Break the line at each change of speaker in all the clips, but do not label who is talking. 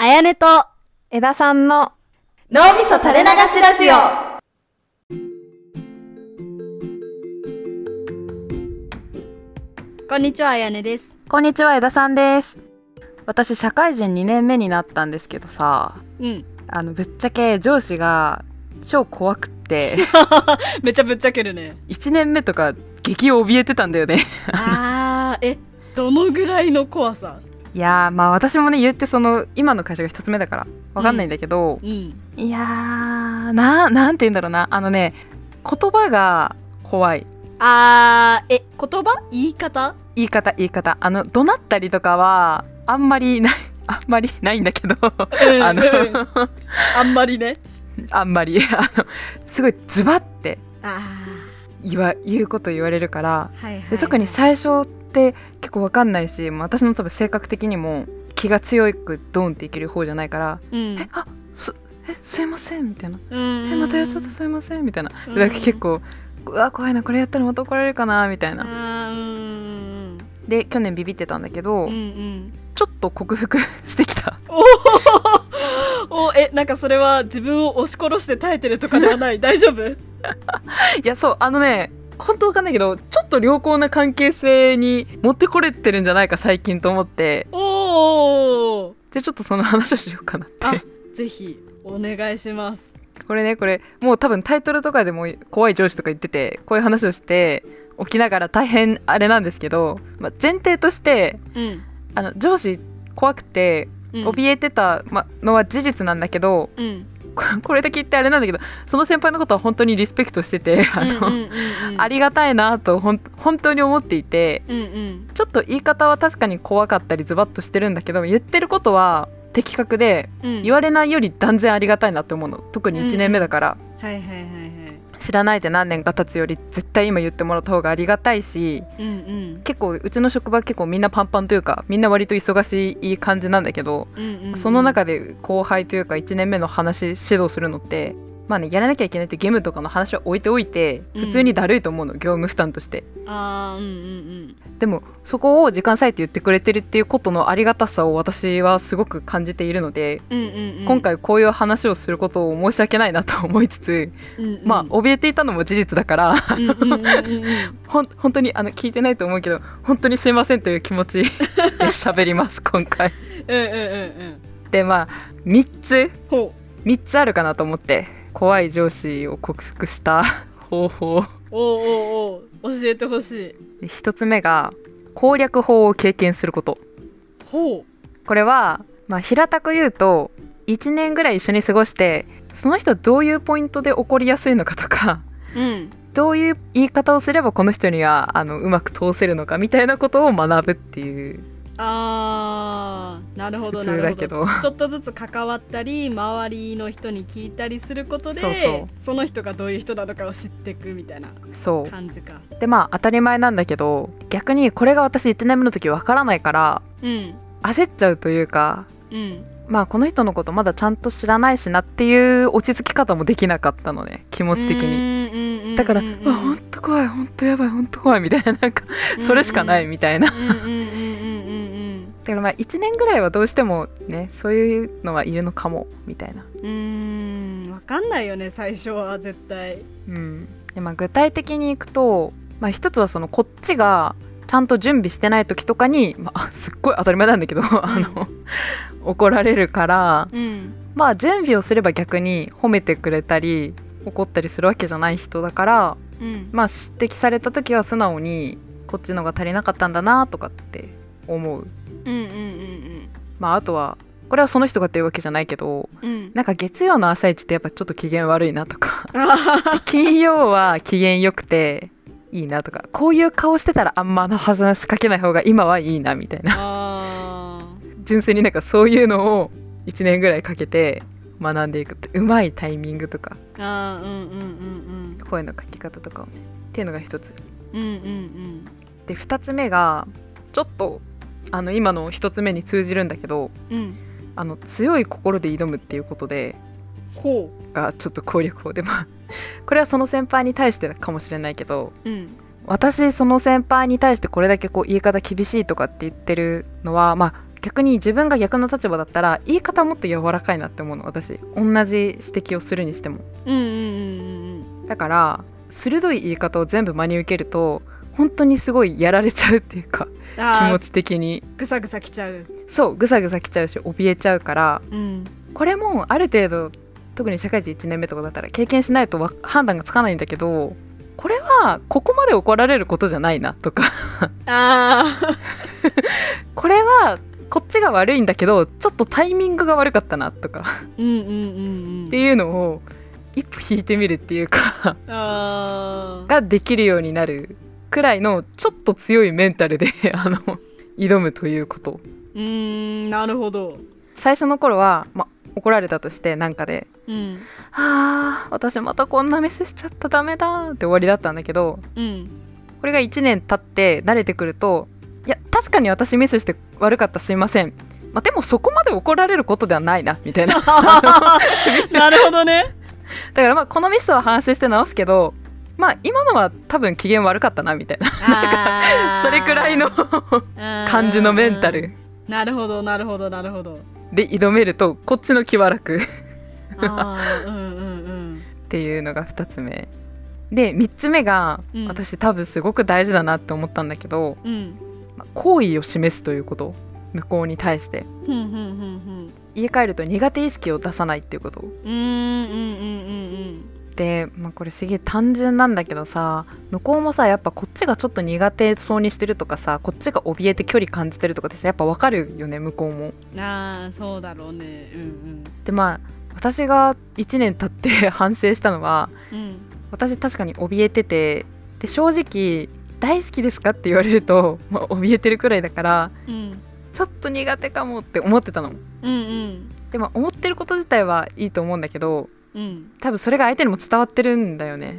やねと、
枝さんの
脳みそ垂れ流しラジオ。こんにちは、あやねです。
こんにちは枝さんです私社会人2年目になったんですけどさ
うん。
あのぶっちゃけ上司が超怖くって
めっちゃぶっちゃけるね。
1年目とか激怯えてたん だよね
あー、え、どのぐらいの怖さ
いやーまあ私もね言ってその今の会社が1つ目だからわかんないんだけど、
うん。
いやーななんて言うんだろうなあのね言葉が怖い
あー、え、言葉言い方
言い方言い方あの怒鳴ったりとかはあんまりないあんまりないんだけど
うん
あの
うんあんまりね。
あんまり あのすごいズバって
あ
言わ言うこと言われるから
ー、はいはい、
で特に最初って結構わかんないしまあ私の多分性格的にも気が強くドンっていける方じゃないから
うん。
「えすいません」みたいな
う
「
ん
えまたやっちゃったすいません」みたいなだ
うん
から結構「うわ怖いなこれやったらまた怒られるかな」みたいな
あーうん
で去年ビビってたんだけど
うんうんうん
ちょっと克服してきた
おえなんかそれは自分を押し殺して耐えてるとかではない大丈 夫
いやそうあのね本当わかんないけどちょっと良好な関係性に持ってこれてるんじゃないか最近と思って
おお
でちょっとその話をしようかなって
あぜひお願いします
これねこれもう多分タイトルとかでも怖い上司とか言っててこういう話をして起きながら大変あれなんですけど、まあ、前提として
うん、
あの上司怖くて
うん、
怯えてた、ま、のは事実なんだけど
うん
ここれだけ言ってあれなんだけどその先輩のことは本当にリスペクトしててあ
うんうん
の、
うんうん
ありがたいなとほん本当に思っていて
うんうん
ちょっと言い方は確かに怖かったりズバッとしてるんだけど言ってることは的確で
うん
言われないより断然ありがたいなって思うの特に1年目だから。
はいはいはいはい
知らないで何年か経つより絶対今言ってもらった方がありがたいし
うんうん
結構うちの職場結構みんなパンパンというかみんな割と忙しい感じなんだけど、
うんうんうん
その中で後輩というか1年目の話指導するのってまあねやらなきゃいけないってゲームとかの話は置いておいて
うん
普通にだるいと思うの、業務負担として
あーうんうんうん
でもそこを時間割いて言ってくれてるっていうことのありがたさを私はすごく感じているので、
うんうんうん
今、回こういう話をすることを申し訳ないなと思いつつ、
うんうん、
まあ怯えていたのも事実だから
うんうんうんうんうん
ほん本当にあの聞いてないと思うけど本当にすいませんという気持 ちで喋ります今回。
うんうんうんうん
でまあ3つ
ほ
3つあるかなと思って怖い上司を克服した 方
う
法
おーおーおー教えてほしい
1つ目が攻略法を経験すること
ほう
これは、まあ、平たく言うと1年ぐらい一緒に過ごしてその人どういうポイントで怒りやすいのかとか
うん
どういう言い方をすればこの人にはあのうまく通せるのかみたいなことを学ぶっていう
あーなるほど
普
なる
通
ほ
だ
ど
けど
ちょっとずつ関わったり周りの人に聞いたりすることで
そうそう
その人がどういう人なのかを知っていくみたいな
そう
感じか
でまあ当たり前なんだけど逆にこれが私1年目の時わからないから
うん
焦っちゃうというか
うん
まあこの人のことまだちゃんと知らないしなっていう落ち着き方もできなかったのね気持ち的に。
に
だから、うわほんと怖いほんとやばいほんと怖いみたいななんかそれしかないみたいなだ
うんうんうんうんうん
からまあ1年ぐらいはどうしてもねそういうのはいるのかもみたいな
うんうんわかんないよね最初は絶対
うんでまあ、具体的にいくと、まあ、一つはそのこっちがちゃんと準備してない時とかに、まあ、 すっごい当たり前なんだけど、あの 怒られるから、
うん
まあ、準備をすれば逆に褒めてくれたり怒ったりするわけじゃない人だから、
うん
まあ、指摘された時は素直にこっちのが足りなかったんだなとかって思う、
うんうんうん
まあ、あとはこれはその人がっていうわけじゃないけど
うんうん
なんか月曜の朝一ってやっぱちょっと機嫌悪いなとか
あ
金曜は機嫌よくていいなとかこういう顔してたらあんま話しかけない方が今はいいなみたいな
あ
純粋になんかそういうのを1年ぐらいかけて学んでいくってうまいタイミングとか
あーうんうんうん
声のかけ方とかをねっていうのが一つ
うんうんうん
で二つ目がちょっとあの今の一つ目に通じるんだけど
うんうん
あの強い心で挑むっていうことで
ほ
がちょっと攻略法でまあこれはその先輩に対してかもしれないけど
ううん
私その先輩に対してこれだけこう言い方厳しいとかって言ってるのはまあ逆に自分が逆の立場だったら言い方もっと柔らかいなって思うの私同じ指摘をするにしても
うんうんうんうん
だから鋭い言い方を全部真に受けると本当にすごいやられちゃうっていうか気
あ
持
あ
ち的に
ぐさぐさきちゃう
そうぐさぐさきちゃうし怯えちゃうから
うん
これもある程度特に社会人1年目とかだったら経験しないとわ判断がつかないんだけどこれはここまで怒られることじゃないなとか
あ
これはこっちが悪いんだけどちょっとタイミングが悪かったなとか
ーうんうんうんうん
っていうのを一歩引いてみるっていうか
あー
ができるようになるくらいのちょっと強いメンタルで あの挑むということ
うーんなるほど
最初の頃は、ま、怒られたとしてなんかで
うん
「あー私またこんなミスしちゃったダメだ」って終わりだったんだけど
うん
これが1年経って慣れてくると「いや確かに私ミスして悪かったすいません」まあ、でもそこまで怒られることではないなみたいなだ
なるほどね
からまあこのミスは反省して直すけどまあ今のは多分機嫌悪かったなみたいな
あー
それくらいの感じのメンタ
うん
ル
なるほどなるほどなるほど
で挑めるとこっちの気は楽っ
あーうんうん
ていうのが2つ目で3つ目が
うん
私多分すごく大事だなって思ったんだけど
うんうん
まあ好意を示すということ向こうに対して
ふんふんふんふん
家帰ると苦手意識を出さないっていうこと
うーんうんうんうん
で、まあ、これすげえ単純なんだけどさ向こうもさやっぱこっちがちょっと苦手そうにしてるとかさこっちが怯えて距離感じてるとかってさやっぱ分かるよね向こうも
うんああそうだろうねうん
でまあ私が1年経って 反省したのは
うんうん
私確かに怯えててで正直「大好きですか?」って言われると、まあ、怯えてるくらいだから
うん
ちょっと苦手かもって思ってたの
うんうん
でも思ってること自体はいいと思うんだけど
うん
多分それが相手にも伝わってるんだよね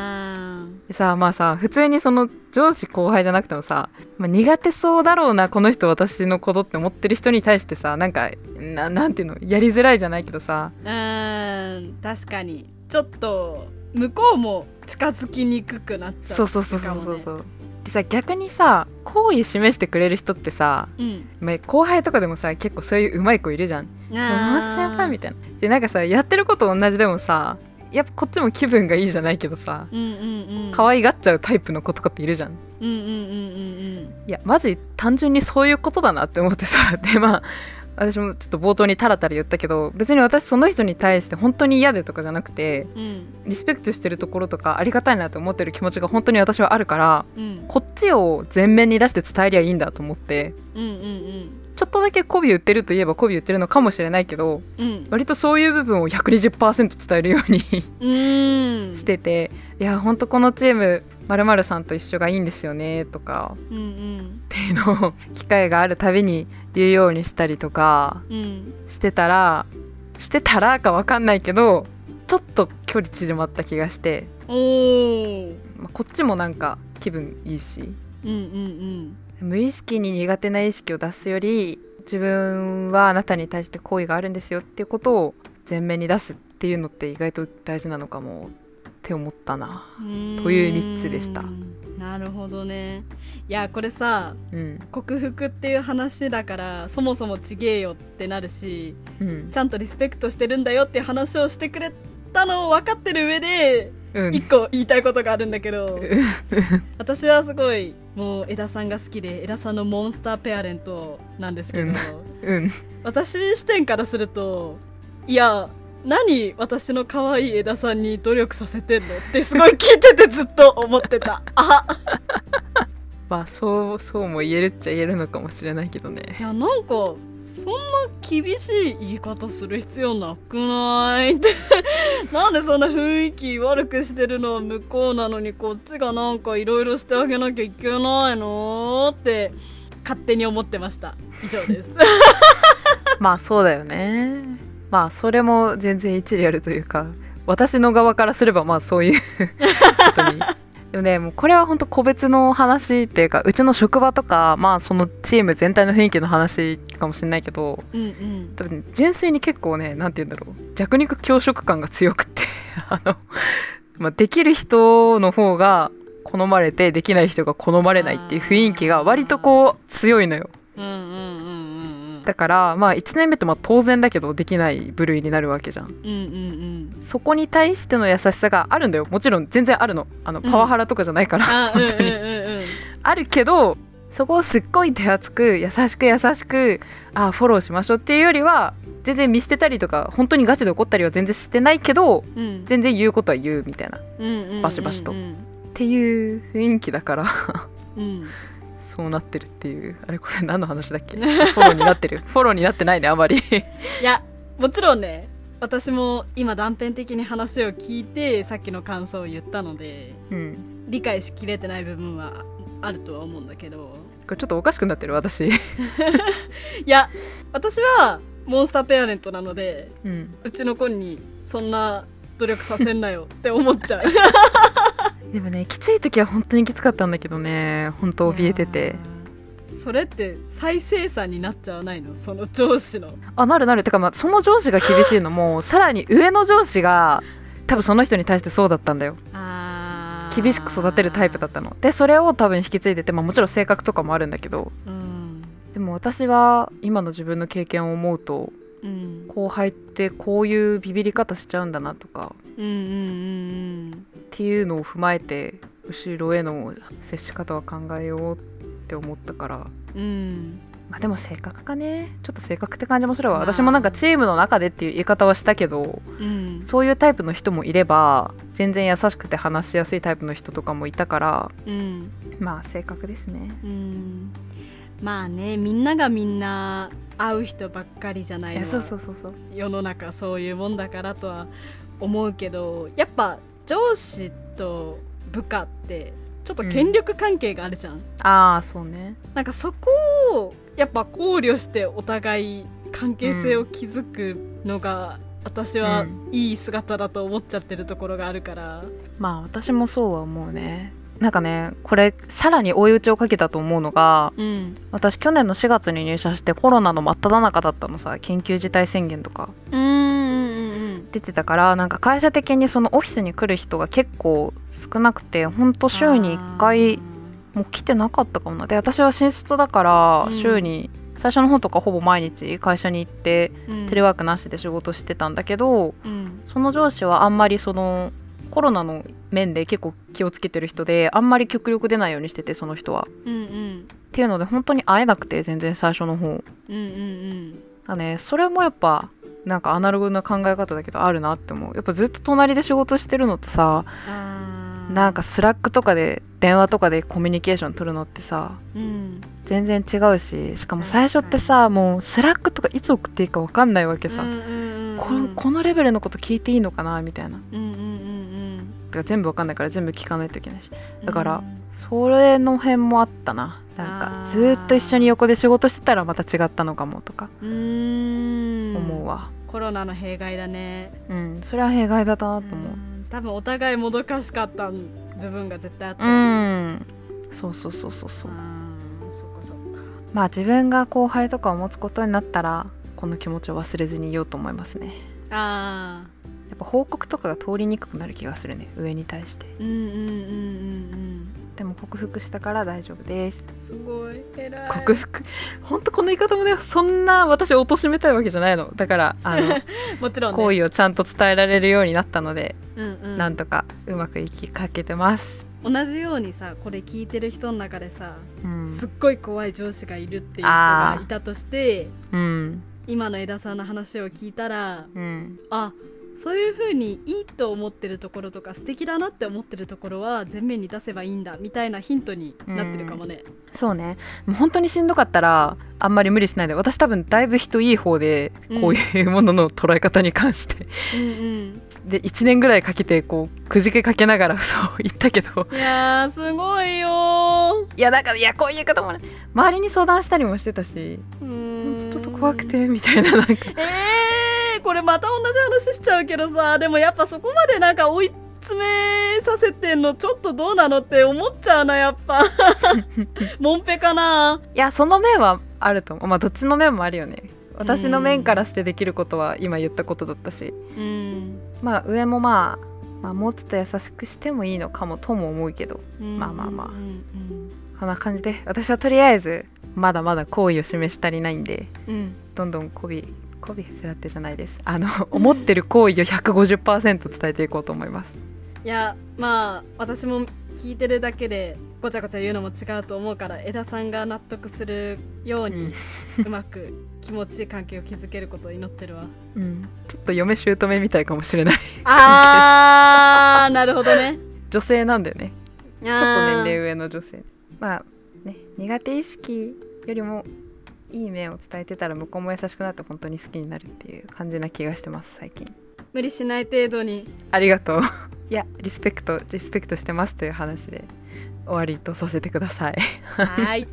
あ
でさまあさ普通にその上司後輩じゃなくてもさ、まあ、苦手そうだろうなこの人私のことって思ってる人に対してさなんかななんていうのやりづらいじゃないけどさ
ーうーん確かにちょっと向こうも近づきにくくなっちゃう
そうそうそうそうそう
かもね
そう、でさ逆にさ好意示してくれる人ってさ
うん
まあ後輩とかでもさ結構そういううまい子いるじゃん「
あー
松先輩」みたいなでなんかさやってること同じでもさやっぱこっちも気分がいいじゃないけどさ
うんうんうん
可愛がっちゃうタイプの子とかっているじゃん
うんうんうんうん
いやマジ単純にそういうことだなって思ってさ でまあ私もちょっと冒頭にタラタラ言ったけど別に私その人に対して本当に嫌でとかじゃなくて
うんうん
リスペクトしてるところとかありがたいなと思ってる気持ちが本当に私はあるから
うん
こっちを前面に出して伝えりゃいいんだと思って
うんうん
ちょっとだけ媚び売ってるといえば媚び売ってるのかもしれないけど
うんうん
割とそういう部分を120%伝えるように
うーん
してて「いやほんとこのチームまるさんと一緒がいいんですよね」とか
うんうん
っていうのを機会があるたびに言うようにしたりとか
うん
してたらしてたらかわかんないけどちょっと距離縮まった気がして、
おー
まあこっちもなんか気分いいし
うんうん
無意識に苦手な意識を出すより自分はあなたに対して好意があるんですよっていうことを前面に出すっていうのって意外と大事なのかもって思ったな
うん
という三つでした
うーんなるほどねいやこれさ
うん
克服っていう話だからそもそもちげえよってなるし
うん
ちゃんとリスペクトしてるんだよって話をしてくれたのを分かってる上で
うん
一個言いたいことがあるんだけど
うん
私はすごいもう枝さんが好きで枝さんのモンスターペアレントなんですけど、
うんうん
私視点からするといや何私の可愛い枝さんに努力させてんのってすごい聞いててずっと思ってたあ
まあそうそうも言えるっちゃ言えるのかもしれないけど
い
ね
やなんかそんな厳しい言い方する必要なくない ってなんでそんな雰囲気悪くしてるのは向こうなのにこっちがなんかいろいろしてあげなきゃいけないのって勝手に思ってました以上です
まあそうだよねまあそれも全然一理あるというか私の側からすればまあそういうことにでもねもうこれは本当個別の話っていうかうちの職場とかまあそのチーム全体の雰囲気の話かもしれないけど
うんうん
多分純粋に結構ねなんて言うんだろう弱肉強食感が強くって あの、まあ、できる人の方が好まれてできない人が好まれないっていう雰囲気が割とこう強いのよ
うんうんうんうんうん
だからまあ1年目ってまあ当然だけどできない部類になるわけじゃん
うん うん
そこに対しての優しさがあるんだよもちろん全然あるのあの
うん
パワハラとかじゃないから、
あうんう
本
ん
当に、
うんうん
あるけどそこをすっごい手厚く優しく優しくあフォローしましょうっていうよりは全然見捨てたりとか本当にガチで怒ったりは全然してないけど
うん
全然言うことは言うみたいなっ
うんうん
バシバシと
うん
ていう雰囲気だから
うん
そうなってるっていうあれこれ何の話だっ けフォローになってるフォローになってないねあまり
いやもちろんね私も今断片的に話を聞いてさっきの感想を言ったので
うん
理解しきれてない部分はあるとは思うんだけど
これちょっとおかしくなってる私
いや私はモンスターペアレントなので
うん
うちの子にそんな努力させんなよ って思っちゃう
でもねきつい時は本当にきつかったんだけどね本当怯えて
いや
て
ーそれって再生産になっちゃわないのその上司の
あなるなるてかまあその上司が厳しい のもさらに上の上司が多分その人に対してそうだったんだよ
あ
厳しく育てるタイプだったのでそれを多分引き継いでて、まあ、もちろん性格とかもあるんだけど
うん
でも私は今の自分の経験を思うと
うん
後輩ってこういうビビり方しちゃうんだなとか
うんうんうん
っていうのを踏まえて後ろへの接し方は考えようって思ったから
うんうん
まあでも性格かねちょっと性格って感じもするわ
まあ
私もなんかチームの中でっていう言い方はしたけど
うん
そういうタイプの人もいれば全然優しくて話しやすいタイプの人とかもいたから
うん
まあ性格ですね
うんまあねみんながみんな会う人ばっかりじゃないいの
や
は
そうそうそうそう
世の中そういうもんだからとは思うけどやっぱ上司と部下ってちょっと権力関係があるじゃん、
ああそうね
なんかそこをやっぱ考慮してお互い関係性を築くのが、私は
うん
いい姿だと思っちゃってるところがあるから、
まあ私もそうは思うねなんかねこれさらに追い打ちをかけたと思うのが
うん、
私去年の4月に入社してコロナの真っ只中だったのさ緊急事態宣言とか
うんうんうん
出てたからなんか会社的にそのオフィスに来る人が結構少なくてほんと週に1回もう来てなかったかもなで私は新卒だから
うん
週に、最初の方とかほぼ毎日会社に行ってテレ
ワ
ワークなしで仕事してたんだけど
うん
その上司はあんまりそのコロナの面で結構気をつけてる人であんまり極力出ないようにしててその人は。
うんうん
っていうので本当に会えなくて全然最初の方。
うんうん
だねそれもやっぱなんかアナログな考え方だけどあるなって思うやっぱずっと隣で仕事してるのとさ
あー
なんかスラックとかで電話とかでコミュニケーション取るのってさ
うん
全然違うししかも最初ってさもうスラックとかいつ送っていいか分かんないわけさ、
うんうんうん
このこのレベルのこと聞いていいのかなみたいな
うんうんうん
てか全部分かんないから全部聞かないといけないし
うん
だからそれの辺もあったななん
あ
か
ー
ずーっと一緒に横で仕事してたらまた違ったのかもとか
うーん
思うわ
コロナの弊害だね
うん、それは弊害だったなと思う
うん多分お互いもどかしかった部分が絶対あった
う
よね
んそうそうそうそうそう
あーそうかそうか
まあ自分が後輩とかを持つことになったらこの気持ちを忘れずにいようと思いますね
あ
やっぱ報告とかが通りにくくなる気がするね上に対して
ーうんうんうんうん
でも克服したから大丈夫です
うんすごい偉い
克服 本当この言い方もねそんな私を貶めたいわけじゃないのだから あの
もちろんね
行為をちゃんと伝えられるようになったので、
うんうん
なんとかうまくいきかけてます、
同じようにさこれ聞いてる人の中でさ
うん
すっごい怖い上司がいるっていう人がいたとして
うん
今の枝さんの話を聞いたら
うん、
あそういう風にいいと思ってるところとか素敵だなって思ってるところは前面に出せばいいんだみたいなヒントになってるかもね。
そうねもう本当にしんどかったらあんまり無理しないで私多分だいぶ人いい方で
うん
こういうものの捉え方に関して、
うん
で1年ぐらいかけてこうくじけかけながらそう言ったけど
うん、いやーすごいよー
いやなんかいやこういう方もね周りに相談したりもしてたし
う
ほん
ーん
とちょっと怖くてみ たいななんか
えー、これまた同じ話しちゃうけどさでもやっぱそこまでなんか追い詰めさせてんのちょっとどうなのって思っちゃうなやっ ぱもんぺかない
やその面はあると思うまあどっちの面もあるよね私の面からしてできることは今言ったことだったし
うん、
まあ上もまあまあ、もうちょっと優しくしてもいいのかもとも思うけど
うん
まあまあまあ
うんうん
こんな感じで私はとりあえずまだまだ好意を示し足りないんで
うん
どんどん媚び媚びへせらってじゃないですあ の思ってる好意を150%伝えていこうと思います
いやまあ私も聞いてるだけでごちゃごちゃ言うのも違うと思うから枝さんが納得するよう
う
に
ん
うまく気持ちいい関係を築けることを祈って るわ
うんちょっと嫁姑みたいかもしれない
あーなるほどね
女性なんでね
ちょ
ちょっと年齢上の女性まあね苦手意識よりもいい面を伝えてたら向こうも優しくなって本当に好きになるっていう感じな気がしてます最近
無理しない程度 に
ありがとういやリスペクトリスペクトしてますという話で終わりとさせてください
はい